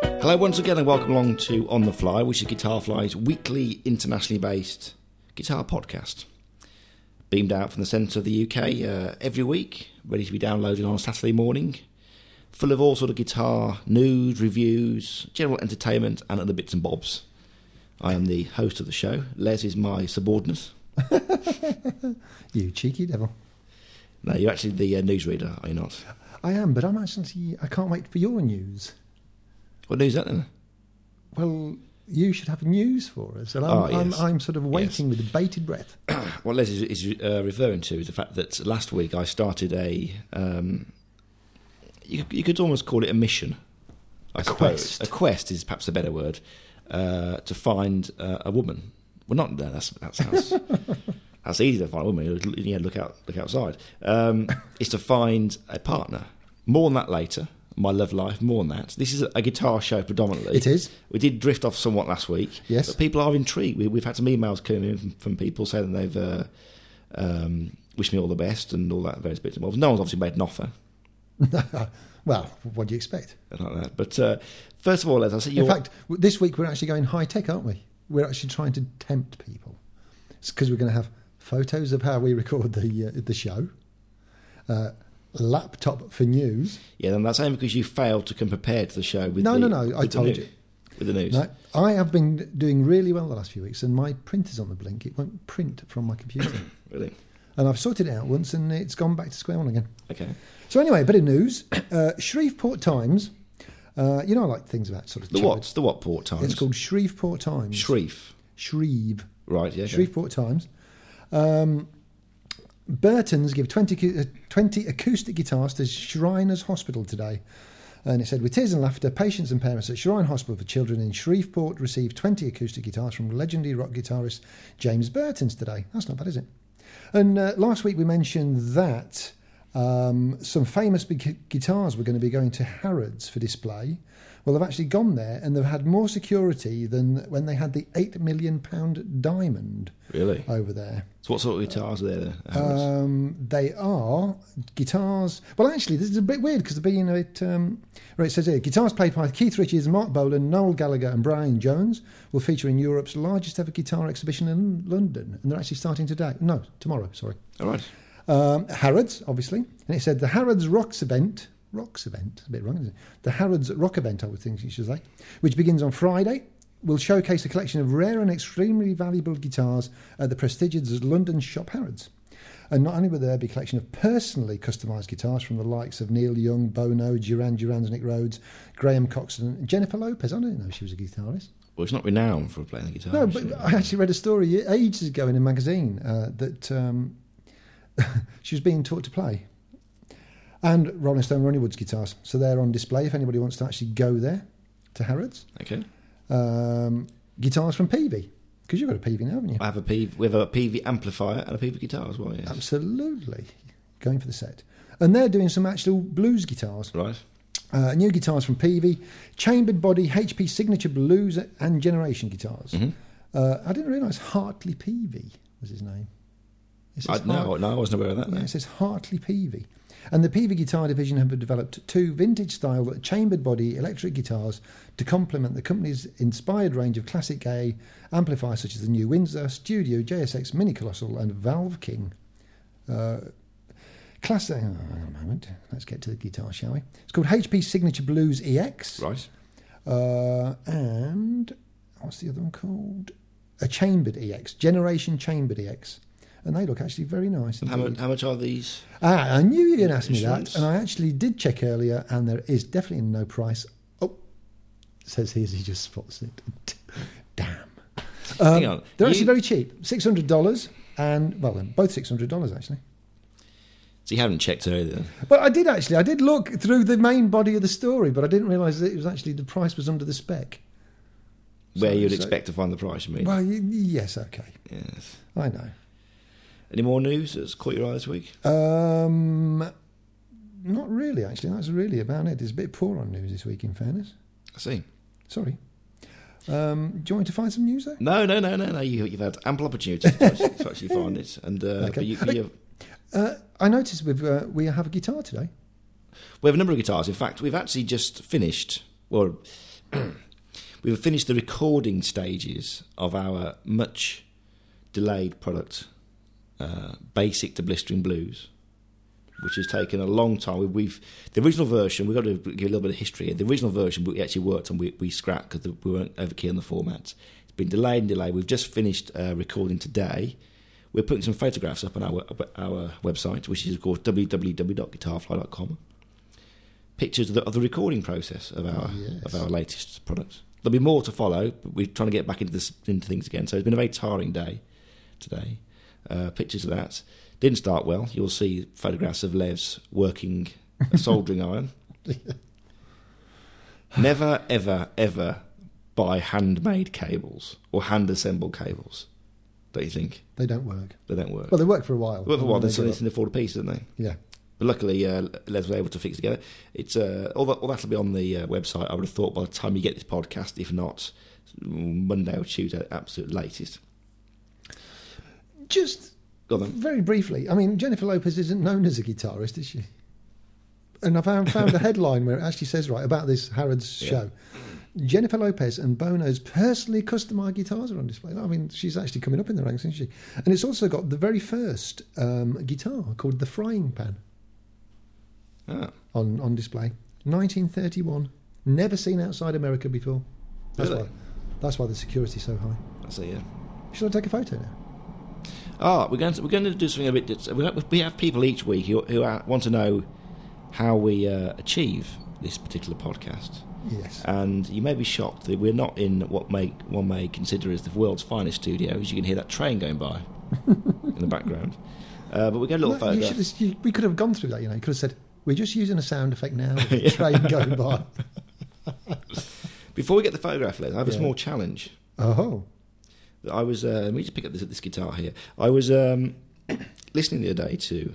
Hello, once again, and welcome along to On the Fly, which is Guitar Fly's weekly internationally based guitar podcast. Beamed out from the centre of the UK uh, every week, ready to be downloaded on a Saturday morning. Full of all sort of guitar news, reviews, general entertainment, and other bits and bobs. I am the host of the show. Les is my subordinate. You cheeky devil. No, you're actually the uh, newsreader, are you not? I am, but I'm actually. I can't wait for your news. What news is that then? Well, you should have news for us, and I'm, Ah, yes. I'm, I'm sort of waiting with bated breath. What Les is, is uh, referring to is the fact that last week I started a, um, you, you could almost call it a mission, I suppose. quest. A quest is perhaps a better word uh, to find uh, a woman. Well, not no, that's that sounds that's easy to find a woman. You know, look out, look outside. Um, is to find a partner. More on that later. My love life. More on that. This is a guitar show predominantly. It is. We did drift off somewhat last week. Yes. But people are intrigued. We, we've had some emails coming in from, from people saying they've uh, um, wished me all the best and all that various bits and bobs. No one's obviously made an offer well, what do you expect? and like that. But uh, first of all, as I said, you're, In fact, w- this week we're actually going high tech, aren't we? We're actually trying to tempt people. It's because we're going to have photos of how we record the uh, the show, uh, laptop for news. yeah, then that's only because you failed to come prepared to the show with No, the, no, no, I with the told news- you. with the news. Now, I have been doing really well the last few weeks, and my printer's on the blink. It won't print from my computer. Really? and I've sorted it out once, and it's gone back to square one again. Okay. So anyway, a bit of news. Uh, Shreveport Times. Uh, you know, I like things about sort of The chapter- what? The what port times? It's called Shreveport Times. Shreve. Shreve. Right. Yeah. okay. Shreveport Times. Um, Burton's give 20, cu- uh, 20 acoustic guitars to Shriners Hospital today. And it said, with tears and laughter, patients and parents at Shrine Hospital for Children in Shreveport received 20 acoustic guitars from legendary rock guitarist James Burton's today. That's not bad, is it? And uh, last week we mentioned that um, some famous big guitars were going to be going to Harrods for display. Well, they've actually gone there and they've had more security than when they had the £8 million diamond Really. over there. So what sort of guitars are there? then? Um, they are guitars. Well, actually, this is a bit weird because they're being a bit. Um, right, it says here guitars played by Keith Richards, Mark Bolan, Noel Gallagher, and Brian Jones will feature in Europe's largest ever guitar exhibition in London. And they're actually starting today. No, tomorrow, sorry. all right. Um, Harrods, obviously. And it said the Harrods Rocks event. Rocks event, a bit wrong, isn't it? The Harrods Rock event, I would think you should say, which begins on Friday, will showcase a collection of rare and extremely valuable guitars at the prestigious London shop Harrods. And not only will there be a collection of personally customised guitars from the likes of Neil Young, Bono, Duran Duran's Nick Rhodes, Graham Coxon, Jennifer Lopez. I didn't know she was a guitarist. Well, it's not renowned for playing the guitar. No, is but it? I actually read a story ages ago in a magazine uh, that um, she was being taught to play. And Rolling Stone Ronnie Wood's guitars. So they're on display if anybody wants to actually go there to Harrods. Okay. Um, guitars from Peavy, because you've got a Peavy now, haven't you? I have a PV. We have a PV amplifier and a PV guitar as well. Yes. Absolutely. Going for the set. And they're doing some actual blues guitars. Right. Uh, new guitars from Peavy, chambered body HP signature blues and generation guitars. Mhm. Uh, I didn't realise Hartley Peavy was his name. It I, says no, Hart- no, I wasn't aware of that. yeah, no. it says Hartley Peavy. And the Peavy guitar division have developed two vintage style chambered body electric guitars to complement the company's inspired range of classic A amplifiers such as the New Windsor, Studio, JSX, Mini Colossal, and Valve King. Uh, class A. oh, hang on a moment. Let's get to the guitar, shall we? It's called HP Signature Blues EX. Right. Uh, and what's the other one called? A chambered EX, Generation Chambered EX. And they look actually very nice. And how, indeed. mu- how much are these? Ah, I knew you were going to ask me Insurance. that, and I actually did check earlier, and there is definitely no price. Oh, says he as he just spots it. Damn. Um, Hang on. They're You- actually very cheap, six hundred dollars, and well, they're both six hundred dollars actually. So you haven't checked earlier. Then. But I did actually, I did look through the main body of the story, but I didn't realise that it was actually the price was under the spec. Where So- you'd so- expect to find the price, you mean? Well, y- yes, okay, Yes. I know. Any more news that's caught your eye this week? Um, not really, actually. That's really about it. It's a bit poor on news this week, in fairness. I see. Sorry. Um, do you want me to find some news though? No, no, no, no, no. You, you've had ample opportunity to actually, to actually find it, and uh, but you, you have, Uh, I noticed we've, uh, we have a guitar today. we have a number of guitars. In fact, we've actually just finished. Well, We've finished the recording stages of our much delayed product, uh, Basic to Blistering Blues, which has taken a long time. We- We've the original version. We've got to give a little bit of history. here. The original version we actually worked on. We, we scrapped because we weren't overkilling the formats. It's been delayed and delayed. We've just finished uh, recording today. We're putting some photographs up on our our website, which is of course www.guitarfly.com. Pictures of the, of the recording process of our Yes. of our latest products. There'll be more to follow, but we're trying to get back into this into things again. So it's been a very tiring day today. Uh, pictures of that didn't start well. You'll see photographs of Lev's working a soldering iron. Never, ever, ever buy handmade cables or hand assembled cables. Don't you think They don't work. they don't work? Well, they work for a while. Well, for a while, They they're give selling up. in the four piece, don't they? Yeah. But luckily, uh, Les was able to fix it together. It's uh, all, that, all that'll be on the uh, website. I would have thought by the time you get this podcast, if not Monday or Tuesday, at absolute latest. Just Go on then. very briefly, I mean, Jennifer Lopez isn't known as a guitarist, is she? And I found, found a headline where it actually says, right, about this Harrods Yeah. show. Jennifer Lopez and Bono's personally customised guitars are on display. I mean, she's actually coming up in the ranks, isn't she? And it's also got the very first um, guitar called the Frying Pan Ah, on, on display. 1931. Never seen outside America before. That's Really? why. That's why the security's so high. that's uh, it, yeah. Shall I take a photo now? Ah, we're going to we're going to do something a bit. that's- We have, we have people each week who, who uh, want to know how we uh, achieve this particular podcast, Yes. and you may be shocked that we're not in what may one may consider as the world's finest studio. As you can hear that train going by in the background, uh, but we get a little No, you photograph. should have- you- we could have gone through that, you know. You could have said, we're just using a sound effect now. with Yeah. The train going by. Before we get the photograph, let's I have a Yeah. small challenge. Oh, I was uh, let me just pick up this this guitar here. I was um, listening the other day to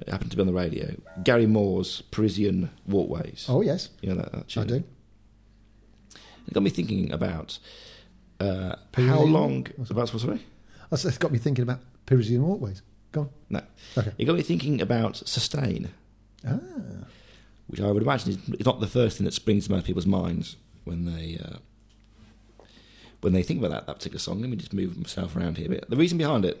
it happened to be on the radio Gary Moore's Parisian Walkways. oh yes, You know that, that I tune? do. It got me thinking about uh, Parisian? how long. Oh, sorry. About sorry, That's, that's got me thinking about Parisian walkways. Go on. no. Okay. It got me thinking about sustain, Ah, which I would imagine is not the first thing that springs to most people's minds when they uh, when they think about that, that particular song. Let me just move myself around here a bit. The reason behind it.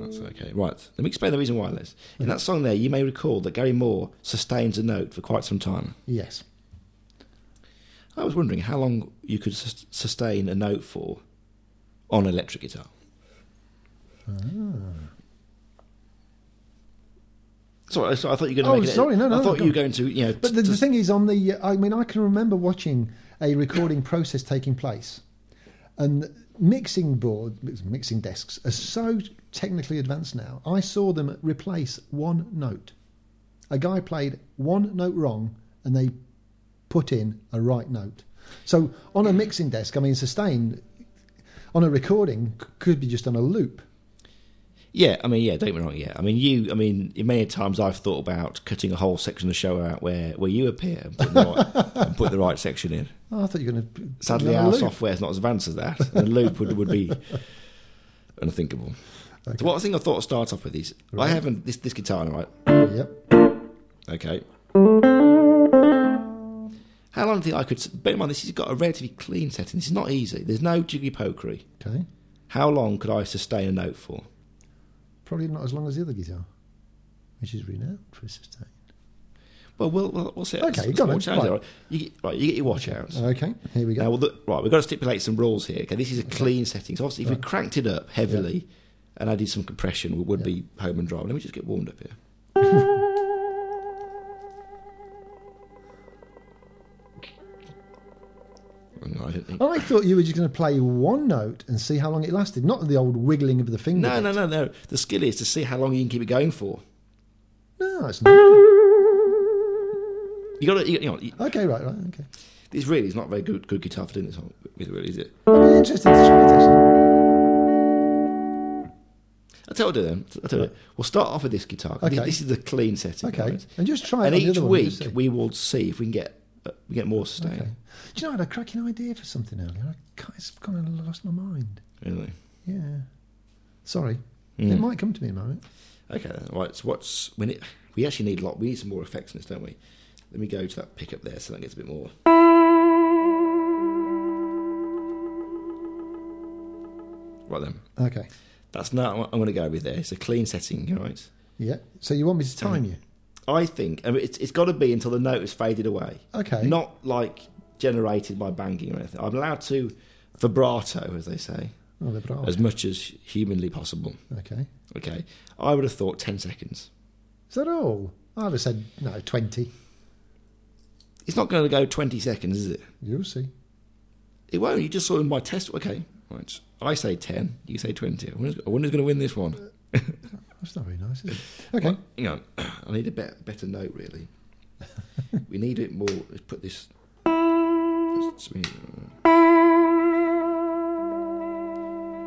That's okay. Right. Let me explain the reason why, Les. In that song there, you may recall that Gary Moore sustains a note for quite some time. yes. I was wondering how long you could sus- sustain a note for on electric guitar. Ah. Sorry, so I thought you were going to Oh, make it. sorry, no, no, I thought no, you were go going to, you know. But the, t- the t- thing is, on the uh, I mean, I can remember watching a recording process taking place, and mixing board mixing desks are so technically advanced now. I saw them replace one note. A guy played one note wrong, and they put in a right note. So on a mixing desk, I mean, sustained on a recording c- could be just on a loop. yeah, I mean, yeah, don't get me wrong. Yeah, I mean, you, I mean, many times I've thought about cutting a whole section of the show out where, where you appear and put the right, and put the right section in. Oh, I thought you were going to Sadly, our software is not as advanced as that. And a loop would, would be unthinkable. So, what I think I thought I'd start off with is Right. I haven't this this guitar, right? Yep. Okay. How long do you think I could? Bear in mind, this has got a relatively clean setting. This is not easy. There's no jiggy pokery. Okay. How long could I sustain a note for? Probably not as long as the other guitar, which is renowned for its sustain. Well, we'll we'll, we'll see. Okay, It's go more on, challenging, right. all right. You get, right, you get your watch out. Okay, Uh, here we Now, go. well, the, right, we've got to stipulate some rules here. Okay, this is a clean setting. So obviously, if we Right. cranked it up heavily and added some compression, we would be home and dry. Let me just get warmed up here. Hang on, I don't think- I thought you were just going to play one note and see how long it lasted, not the old wiggling of the finger. No, bit. no, no, no. The skill is to see how long you can keep it going for. No, it's not. You got to, you, you know, you- Okay, right, right, okay. this really is not very good, good guitar for doing this, with, really, is it? I'd be interested to try this. I'll tell you what I'll do then. I'll tell you what. We'll start off with this guitar. 'cause Okay. This, this is the clean setting. Okay, right? and just try it And on the each other one, week just see. we will see if we can get uh, we get more sustain. Okay. Do you know I had a cracking idea for something earlier? I can't- It's kind of lost my mind. Really. Yeah. Sorry. It Mm. might come to me in a moment. Okay, then. right. So what's we need, we actually need a lot. We need some more effects in this, don't we? Let me go to that pickup there, so that gets a bit more. Right then, Okay. that's not what I'm going to go with there. It's a clean setting, all right? Yeah. So you want me to Hmm. time you? I think I mean, it's, it's got to be until the note has faded away. Okay. Not like generated by banging or anything. I'm allowed to vibrato, as they say, Oh, they're bra- as much as humanly possible. Okay. Okay. I would have thought 10 seconds. Is that all? I'd have said no, twenty. It's not going to go 20 seconds, is it? You'll see. It won't. You just saw in my test. Okay. Right. I say 10. You say 20. I wonder I wonder who's going to win this one. That's not very nice, is it? Okay. Well, hang on. I need a better, better note, really. we need it more. Let's put this. let's- let's-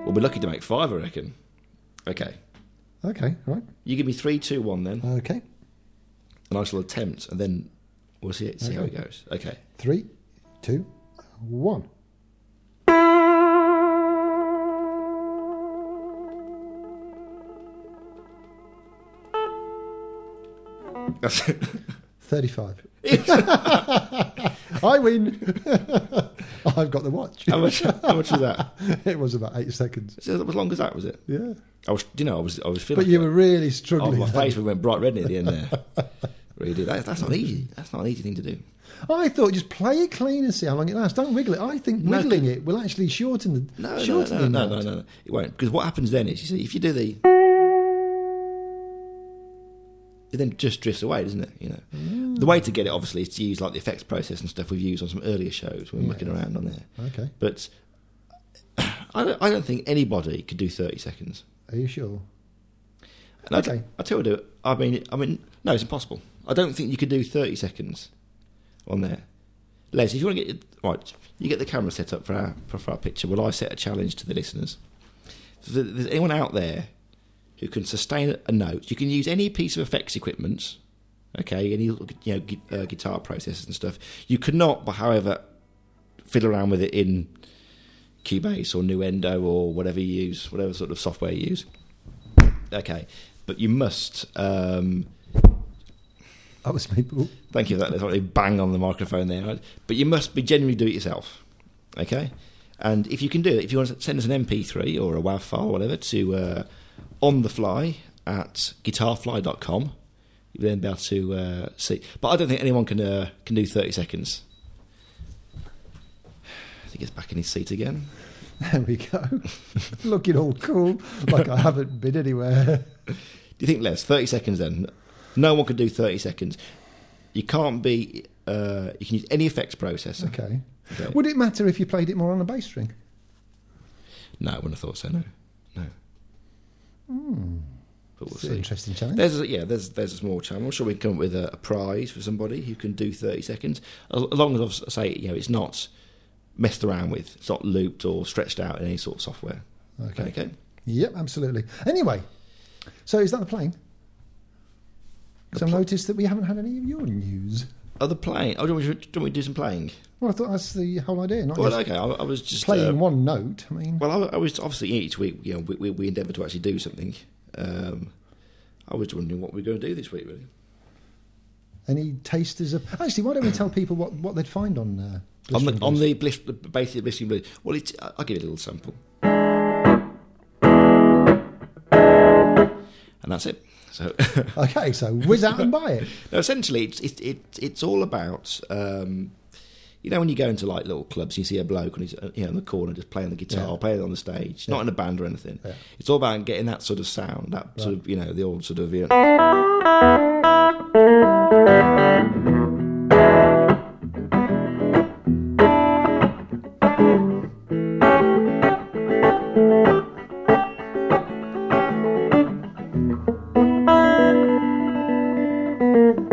We'll be lucky to make five, I reckon. Okay. Okay. Right. You give me three, two, one then, Okay. and I shall attempt, and then we'll see, see how it Okay. goes. Okay. Three, two, one. That's it. Thirty-five. I win. I've got the watch. How much? How much was that? It was about eight seconds. So that was long as that was it. Yeah. I was, you know, I was, I was feeling. But you were really oh, struggling. my then. face went bright red near the end there. really did. That, that's not easy. That's not an easy thing to do. I thought just play it clean and see how long it lasts. Don't wiggle it. I think No, wiggling it will actually shorten the No, no, shorten no, no, no, the no, amount. no, no. It won't. Because what happens then is, you see, if you do the. It then just drifts away, doesn't it? You know, the way to get it obviously is to use like the effects process and stuff we've used on some earlier shows when we're mucking around on there. Okay. But I don't, I don't think anybody could do thirty seconds. Are you sure? And I Okay. I tell you, what, I mean, I mean, no, it's impossible. I don't think you could do thirty seconds on there. Les, if you want to get your, right, you get the camera set up for our for, for our picture. Will I set a challenge to the listeners? If there- there's anyone out there who can sustain a note, you can use any piece of effects equipment, okay, any little, you know gu- uh, guitar processors and stuff. You cannot, but however, fiddle around with it in Cubase or Nuendo or whatever you use, whatever sort of software you use. Okay, but you must. Um, That was me. Ooh, Thank you for that. There's a bang on the microphone there. But you must be generally do it yourself. Okay? And if you can do it, if you want to send us an MP3 or a WAV file or whatever to uh, on the fly at guitarfly.com, you'll then be able to uh, see. But I don't think anyone can uh, can do 30 seconds. He gets back in his seat again. there we go. Looking all cool, like I haven't been anywhere. Do you think, Les, 30 seconds then? No one can do 30 seconds. You can't be, uh, you can use any effects processor. Okay. Okay. Would it matter if you played it more on a bass string? No, I wouldn't have thought so. No, no. But we'll It's an see. interesting challenge. There's a, yeah, there's there's a small channel. I'm sure we can come up with a, a prize for somebody who can do 30 seconds, as as long as I say you know it's not messed around with, it's not looped or stretched out in any sort of software. Okay. Okay. Yep, absolutely. Anyway, so is that the plane? Because I've noticed that we haven't had any of your news. Other playing? Oh, do we, do we do some playing? Well, I thought that's the whole idea. Not Well, just okay. I, I was just playing uh, one note. I mean, Well, I, I was obviously each week. You know, we, we, we endeavour to actually do something. Um, I was wondering what we we're going to do this week, really. any tasters of actually? Why don't we tell people what, what they'd find on uh, on Blistering the on Blues? the bliss, the basic blistering blues. Well, it's, I- I'll give you a little sample, and that's it. So, okay? So whiz out and buy it. no, essentially, it's it, it, it's all about um, you know when you go into like little clubs, you see a bloke and he's uh, you know in the corner just playing the guitar, Yeah. playing on the stage, not in a band or anything. Yeah. It's all about getting that sort of sound, that sort of you know the old sort of you know,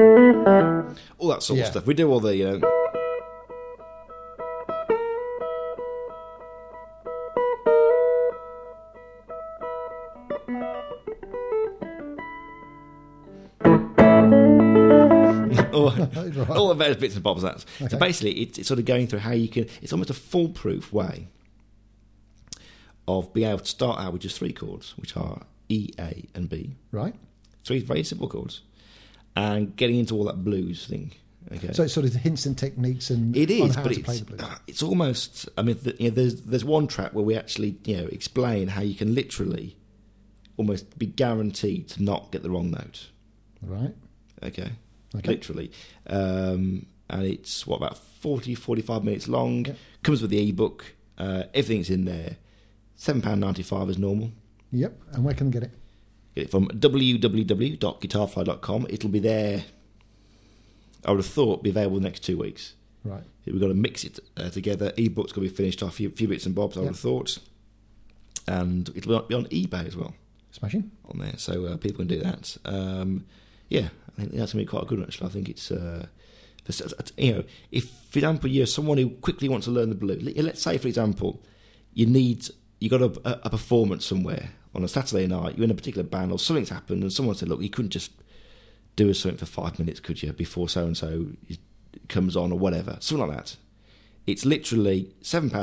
all that sort Yeah. of stuff. We do all the. You know, all, all the various bits and bobs. That's Okay. so. Basically, it's, it's sort of going through how you can. It's almost a foolproof way of being able to start out with just three chords, which are E, A, and B Right? three very simple chords, and getting into all that blues thing. Okay. So it's sort of hints and techniques and It on is, how but to play it's, uh, the blues. it's almost. I mean, th you know, there's there's one track where we actually you know explain how you can literally almost be guaranteed to not get the wrong note. Right. Okay, Okay. literally, um, and it's what about 40, 45 minutes long. Yeah. Comes with the ebook. Uh, everything's in there. Seven pound ninety five is normal. Yep. And where can I get it? Get it from www.guitarfly.com. It'll be there. I would have thought be available the next two weeks. Right. We've got to mix it uh, together. E-book's got to be finished off a few, few bits and bobs, I would have thought. And it'll be on eBay as well Smashing. on there, so uh, people can do that. Um, yeah, I think that's going to be quite good, actually. I think it's, uh, for s- s- you know, if, for example, you're someone who quickly wants to learn the blues. Let- Let's say, for example, you need, you got a, a, a performance somewhere on a Saturday night, you're in a particular band or something's happened and someone said, look, you couldn't just do us something for five minutes, could you, before so-and-so is- comes on or whatever, something like that. It's literally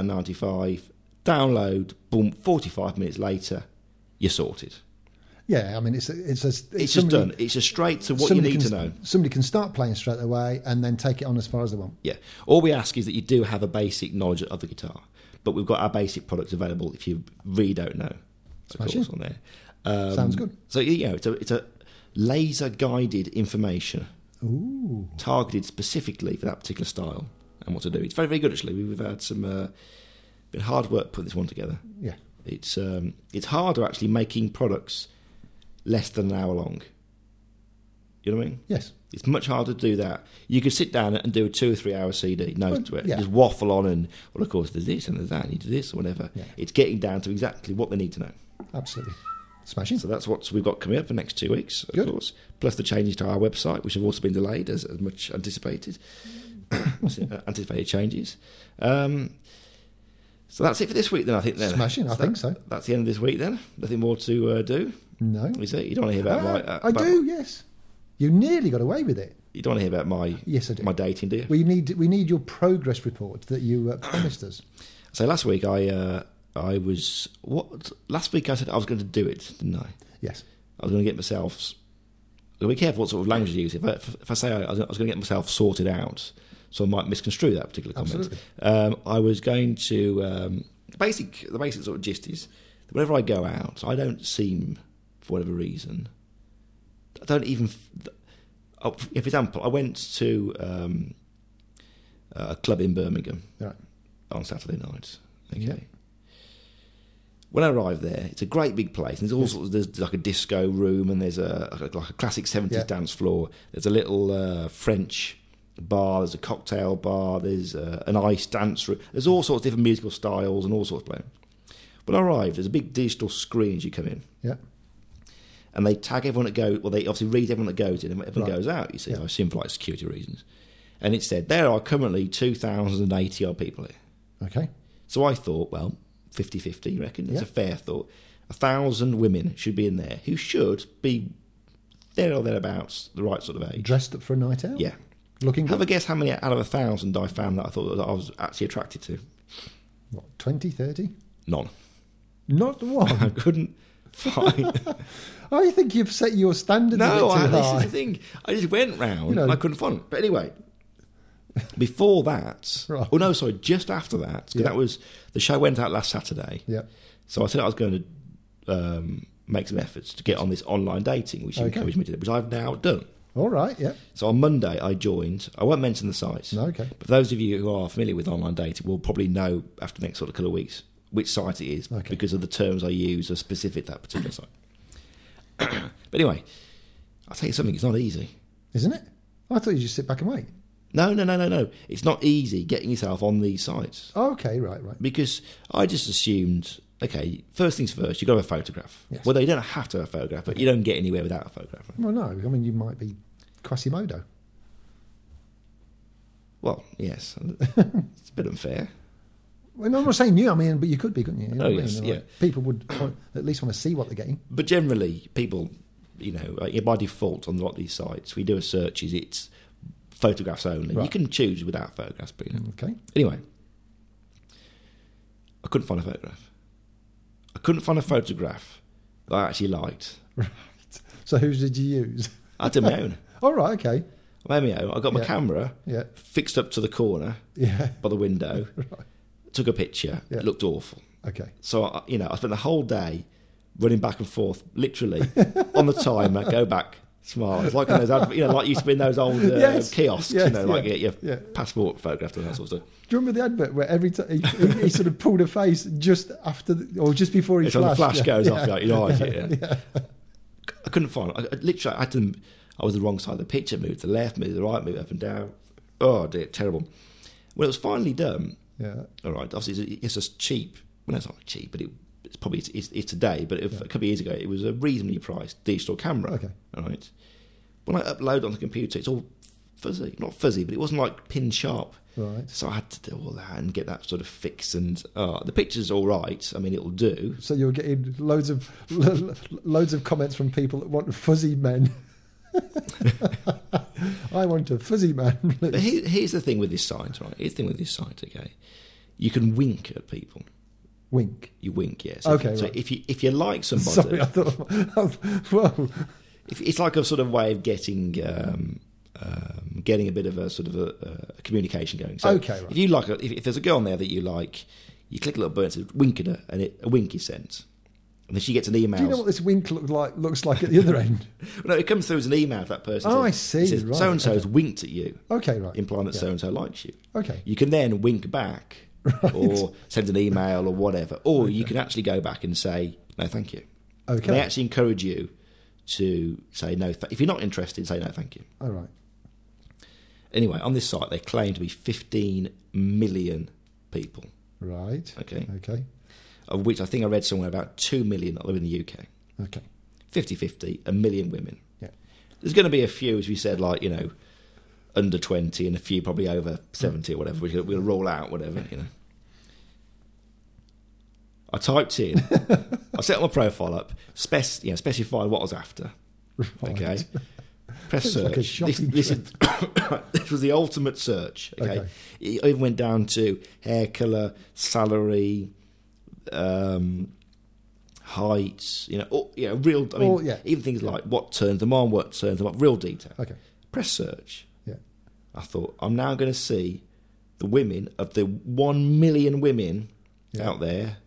£7.95, download, boom, 45 minutes later, you're sorted Yeah. I mean, it's a, it's a, it's, it's just somebody- done. It's just straight to what you somebody need can, to know. Somebody can start playing straight away and then take it on as far as they want. Yeah. All we ask is that you do have a basic knowledge of the guitar, but we've got our basic products available if you really don't know. Of Smash course, on there. Um, Sounds good. So you know, it's a, it's a laser guided information Ooh. targeted specifically for that particular style and what to do. It's very very good actually. We've had some uh, been hard work putting this one together. Yeah. It's um, it's harder actually making products less than an hour long. You know what I mean? Yes. It's much harder to do that. You could sit down and do a two or three hour CD, no Well, to it. yeah. Just waffle on and, well, of course, there's this and there's that, and you do this or whatever. Yeah. It's getting down to exactly what they need to know. Absolutely. Smashing. So that's what we've got coming up for the next two weeks, of Good. course. Plus the changes to our website, which have also been delayed as, as much anticipated. Uh, anticipated changes. Um, so that's it for this week, then, I think. Then. Smashing, I So think that- so. That's the end of this week, then. Nothing more to uh, do, No. is it? You don't want to hear about Ah, my. uh, I about- do. Yes. You nearly got away with it. You don't want to hear about my, Yes, I do. my dating, do you? we need we need your progress report that you uh, promised us. So last week I uh, I was what last week I said I was going to do it, didn't I? Yes. I was going to get myself. s- I've got to be careful what sort of language you use. If I, if I say I, I was going to get myself sorted out, so I might misconstrue that particular comment. Absolutely. Um, I was going to um, the basic the basic sort of gist is that whenever I go out, I don't seem for whatever reason. I don't even. f- oh, For example, I went to um, uh, a club in Birmingham Right. on Saturday night. Okay. Yeah. When I arrived there, it's a great big place. And there's all sorts. There's like a disco room, and there's a like a classic seventies Yeah. dance floor. There's a little uh, French bar. There's a cocktail bar. There's uh, an ice dance room. There's all sorts of different musical styles and all sorts of playing. When I arrived, there's a big digital screen as you come in, Yeah. and they tag everyone that goes. Well, they obviously read everyone that goes in and everyone Right. goes out. You see, Yeah. I assume for like security reasons. And it said there are currently two thousand and eighty odd people here. Okay. So I thought, well, 50 50, you reckon? It's Yeah. a fair thought. A thousand women should be in there who should be there or thereabouts, the right sort of age. Dressed up for a night out. Yeah. Looking Have good. a guess how many out of a thousand I found that I thought that I was actually attracted to. What? 20, 30? None. Not I one. couldn't find. I Oh, think you've set your standard no, a I, bit too this high. is the thing. I just went round You know- and I couldn't find it. But anyway, before that, Right. oh no, sorry, just after that, 'cause Yeah. that was the show went out last Saturday. Yeah. So I said I was going to um, make some efforts to get on this online dating, which you Okay. encouraged me to do, which I've now done. All right. Yeah. So on Monday, I joined. I won't mention the site, No, okay. but those of you who are familiar with online dating will probably know after the next sort of couple of weeks which site it is Okay. because of the terms I use are specific to that particular site. but anyway, I'll tell you something. It's not easy. Isn't it? I thought you just sit back and wait. No, no, no, no, no. It's not easy getting yourself on these sites. Oh, Okay. Right. Right. because I just assumed, okay, first things first, you've got to have a photograph. Yes. Well, you don't have to have a photograph, but you don't get anywhere without a photograph. right? Well, no. I mean, you might be Quasimodo. Well, yes, it's a bit unfair. Well, I'm not saying you. I mean, but you could be, couldn't you? You know Oh, what I yes, mean? Like, People would want- at least want to see what they're getting. But generally, people, you know, uh, by default on a lot of these sites, we do a search, is it's photographs only. You Right. can choose without photographs, but you know. Okay. Anyway, I couldn't find a photograph. I couldn't find a photograph that I actually liked. Right. So whose did you use? I did my own. All right, okay. I made my own. I got my Yeah. camera Yeah, fixed up to the corner yeah, by the window, took a picture. Yeah. It looked awful. okay. So I, you know, I spent the whole day running back and forth, literally on the timer. Go back, smile. It's like in those, adver- you know, like you spin those old uh, Yes, kiosks, yes, you know, like yeah, get your yeah. passport photographed and that sort of stuff. Do you remember the advert where every time he, he, he sort of pulled a face just after the, or just before he It's when the flashed? flash yeah, goes yeah, off, like, you know, yeah, I couldn't find. I, I literally I had to. I was the wrong side of the picture. Moved to the left, moved to the right, moved up and down. Oh dear, terrible. When it was finally done, yeah, all right. Obviously, it's, it's just cheap. Well, it's not cheap, but it, it's probably it's, it's, it's today. But if, a couple of years ago, it was a reasonably priced digital camera. Okay. All right. When I upload on the computer, it's all fuzzy. Not fuzzy, but it wasn't like pin sharp. right. So I had to do all that and get that sort of fixed. And uh, the picture's all right. I mean, it'll do. So you were getting loads of lo- lo- loads of comments from people that want fuzzy men. I want a fuzzy man. But please. here, here's the thing with this site, right? Here's the thing with this site. Okay, you can wink at people. Wink. You wink, yes. So if- Okay, So right. if you if you like somebody, Sorry, I thought. Whoa. If- It's like a sort of way of getting um, um, getting a bit of a sort of a, a communication going. So Okay, right. if you like, a, if, if there's a girl on there that you like, you click a little button, it says wink at her, and it, a wink is sent. And then she gets an email. Do you know what this wink look like? Looks like at the other end. No, it comes through as an email to that person. Oh, It I it see, says, right, So and so's winked at you, Okay, right. implying that Yeah. so and so likes you. Okay. You can then wink back, or send an email, or whatever. Or you can actually go back and say no, thank you. And Okay. they actually encourage you to say no. Th- if you're not interested, say no, thank you. All right. Anyway, on this site, they claim to be 15 million people, Right. okay, Okay. of which I think I read somewhere about 2 million are in the UK. Okay. 50 50, a million women. Yeah. There's going to be a few, as we said, like, you know, under 20 and a few probably over 70 or whatever. We'll, we'll roll out, whatever, you know. I typed in, I set my profile up, spec, you know, specified what I was after. Right. Okay. Press It's search. like a this, shopping this, is, this was the ultimate search. Okay. Okay. It even went down to hair color, salary, um, heights, you know, all, you know, real, I mean, All- yeah. even things like what turns them on, what turns them off, real detail. Okay. Press search. Yeah. I thought, I'm now going to see the women of the one million women Yeah. out there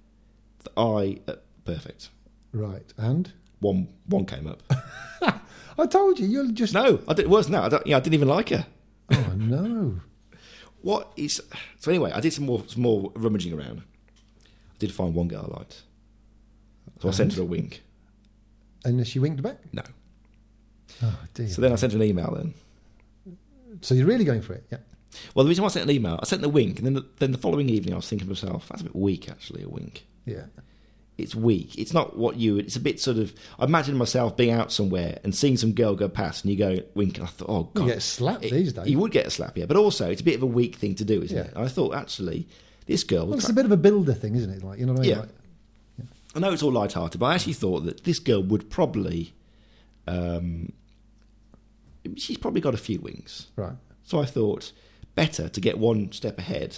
that I, uh, perfect. Right. And One, one came up. I told you, you're just. No, I did, it was no. I, don't, yeah, I didn't even like her. Oh no. What is so? Anyway, I did some more some more rummaging around. I did find one girl I liked, so I sent her a wink. And she winked back. No. Oh dear. So So, then I sent her an email. Then you're really going for it? Yeah. well, the reason why I sent an email, I sent the wink, and then the, then the following evening I was thinking to myself, that's a bit weak actually. A wink. Yeah. It's weak. It's not what you. It's a bit sort of. I imagine myself being out somewhere and seeing some girl go past, and you go wink, and I thought, oh You god, get slapped It- these days. you would get a slap, yeah. But also, it's a bit of a weak thing to do, isn't Yeah. it? And I thought actually, this girl. well, it's a bit of a builder thing, isn't it? Like you know what I mean? Yeah. Like, I know it's all light-hearted, but I actually thought that this girl would probably, um, she's probably got a few wings. right. So I thought better to get one step ahead.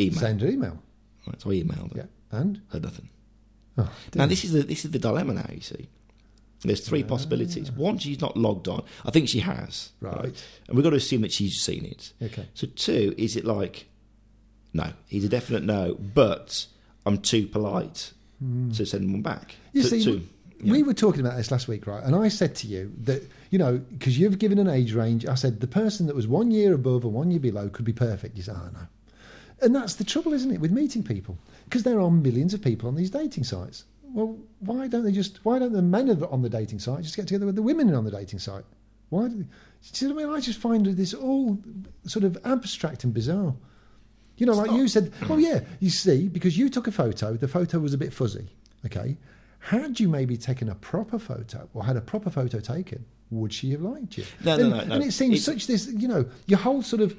Email. Send her email. Right, so I emailed her. Yeah. And Heard nothing. oh, Now this is the this is the dilemma now. You see, there's Ah. three possibilities. One, she's not logged on. I think she has. Right. And we've got to assume that she's seen it. okay. So two, is it like, no, he's a definite no, but I'm too polite to send one back. Hmm. You To- see, to- yeah. we were talking about this last week, right? And I said to you that you know because you've given an age range. I said the person that was one year above and one year below could be perfect. You said, oh, no. And that's the trouble, isn't it, with meeting people? Because there are millions of people on these dating sites. Well, why don't they just? Why don't the men of- on the dating site just get together with the women on the dating site? Why? Do, do you know what I mean? I just find this all sort of abstract and bizarre. You know, like you said, oh yeah, you see, because you took a photo, the photo was a bit fuzzy. Okay, had you maybe taken a proper photo or had a proper photo taken, would she have liked you? No, no, and, no, no. And it seems It's- such this, you know, your whole sort of,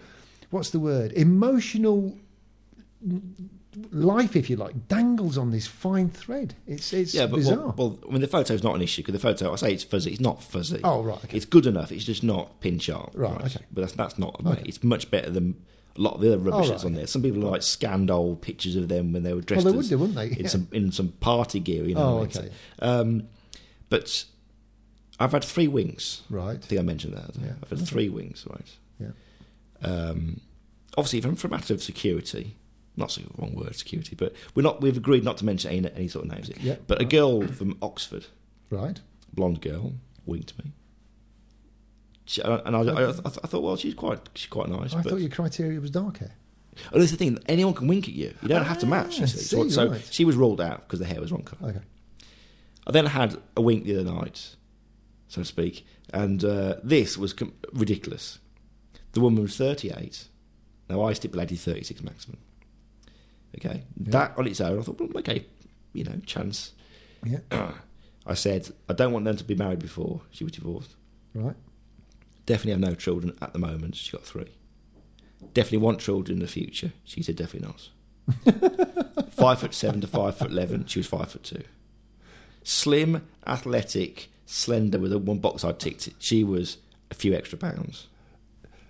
what's the word, emotional life, if you like, dangles on this fine thread. It's it's Yeah, but bizarre. well, well, I mean, the photo's not an issue because the photo, I say it's fuzzy. It's not fuzzy. Oh, right, okay. It's good enough. It's just not pin sharp. Right, okay. But that's that's not. It's much better than a lot of the other rubbish Oh, right, that's on there. Some people like scanned old pictures of them when they were dressed. Well, they as- would do, wouldn't they? In Yeah. some in some party gear, you know. Oh, what I mean? okay. So, Um, but I've had three wings. Right. I think I mentioned that. didn't I? Yeah. I've had three wings, right? Yeah. Um, obviously, from, from a matter of security, not so wrong word, security, but we're not. We've agreed not to mention any, any sort of names. Yeah. But a girl from Oxford, Right. blonde girl, winked me. She, and I, I, I, th- I thought, well, she's quite, she's quite nice. I but thought your criteria was dark hair. Oh, that's the thing. Anyone can wink at you. You don't have to match. Ah, You see. see, So, so right. she was ruled out because the hair was wrong colour. Okay. I then had a wink the other night, so to speak, and uh, this was com- ridiculous. The woman was 38. Now, I stipulated 36 maximum. Okay. That on its own, I thought, well, okay, you know, chance. Yeah. I said, I don't want them to be married before she was divorced. Right. Definitely have no children at the moment. She got three. Definitely want children in the future. She said definitely not. five foot seven to five foot eleven. She was five foot two. Slim, athletic, slender with a one box I ticked. it. She was a few extra pounds,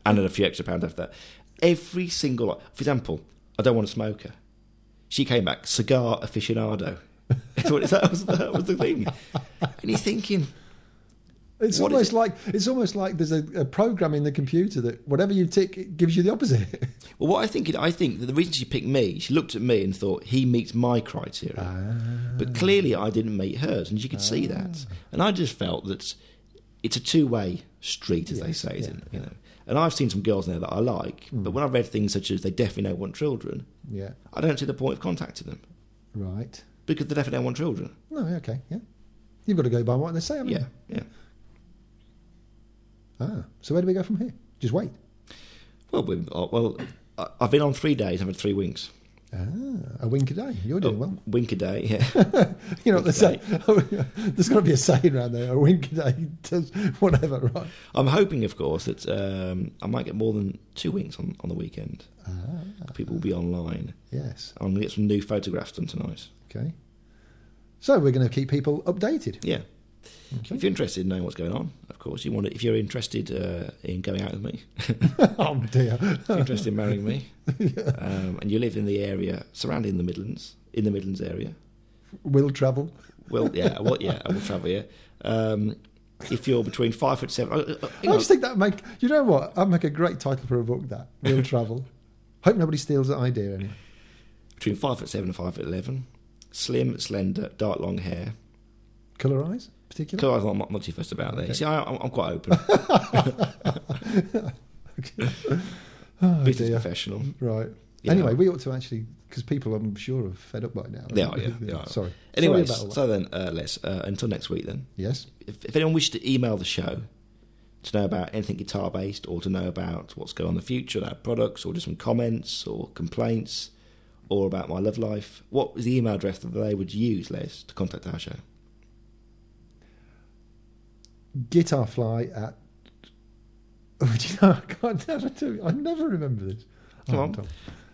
and then a few extra pounds after that. Every single, for example, I don't want a smoker. She came back cigar aficionado. That's what- that, was, that was the thing. And you're thinking, It's What is almost like it's almost like there's a, a program in the computer that whatever you tick it gives you the opposite. Well, what I think, I think that the reason she picked me, she looked at me and thought he meets my criteria, Ah. but clearly I didn't meet hers, and she could see that. Ah. And I just felt that it's a two-way street, as they Yes, say, yeah, Hmm. isn't it? You know. And I've seen some girls now that I like, but when I read things such as they definitely don't want children, yeah. I don't see the point of contacting them Right. because they definitely don't want children. No. Okay. Yeah. You've got to go by what they say. haven't Yeah, you? yeah. Ah. So where do we go from here? Just wait. Well, we, uh, well, I- I've been on three days. I've had three winks. Ah, a wink a day. You're Oh, doing well. Wink a day. Yeah. You know what they say. There's got to be a saying around there. A wink a day does whatever, right? I'm hoping, of course, that um, I might get more than two winks on, on the weekend. Ah, People will be online. yes. I'm going to get some new photographs done tonight. Okay. So we're going to keep people updated. Yeah. Okay. If you're interested in knowing what's going on, of course, you want to, if you're interested uh, in going out with me, oh dear. if you're interested in marrying me, um, and you live in the area surrounding the Midlands, in the Midlands area, Will travel. well, yeah, well, yeah, I will travel here. Um, if you're between five foot seven, uh, uh, hang I on. just think that make you know what that make a great title for a book. That will travel. Hope nobody steals that idea. Anyway. between five foot seven and five foot eleven, slim, slender, dark, long hair. Colour eyes, particular. So I'm not, not too fussed about that. You See, I, I'm, I'm quite open, Oh, business dear. professional. Right. Yeah. Anyway, we ought to actually because people I'm sure are fed up by now. They are, yeah, they are. Sorry. Anyway, Sorry about all that. so then, uh, Les, uh, until next week then. yes. if, if anyone wishes to email the show to know about anything guitar based or to know about what's going on in the future, about products or just some comments or complaints or about my love life, what is the email address that they would use, Les, to contact our show? Guitarfly at. Oh, do you know, I can't never do. I never remember this. Come Oh, on. Tom.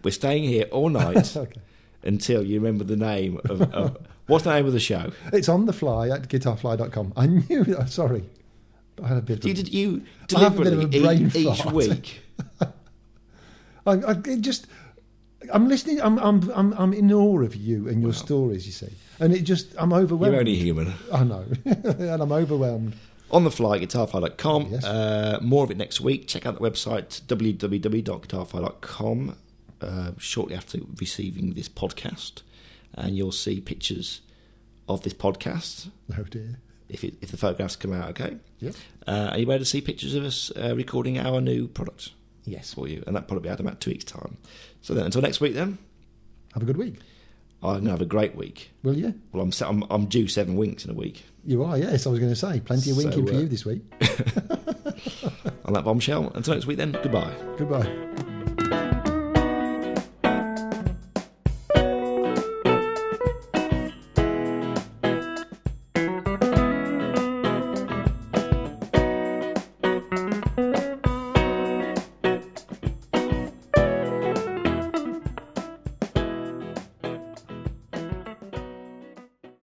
We're staying here all night Okay. until you remember the name of, of what's the name of the show? It's on the fly at guitarfly.com. I knew. that- Sorry, I had a bit. Of You, did you I have a bit of deliberately a brain each, each fart. week? I, I it just, I'm listening. I'm, I'm, I'm, I'm in awe of you and your stories. You see, and it just, I'm You're overwhelmed. only human. I know, and I'm overwhelmed. on the fly guitarfly.com Yes. uh, more of it next week check out the website www.guitarfly.com uh, shortly after receiving this podcast and you'll see pictures of this podcast Oh dear. if, it, if the photographs come out okay Yep. uh, and you'll be able to see pictures of us uh, recording our new product Yes. for you and that probably out in about two weeks time so then until next week then Have a good week, I'm going to have a great week will you? well I'm, se- I'm, I'm due seven winks in a week You are. Yes, I was going to say, plenty of So, winking for uh, you this week. on that bombshell until next week then goodbye Goodbye.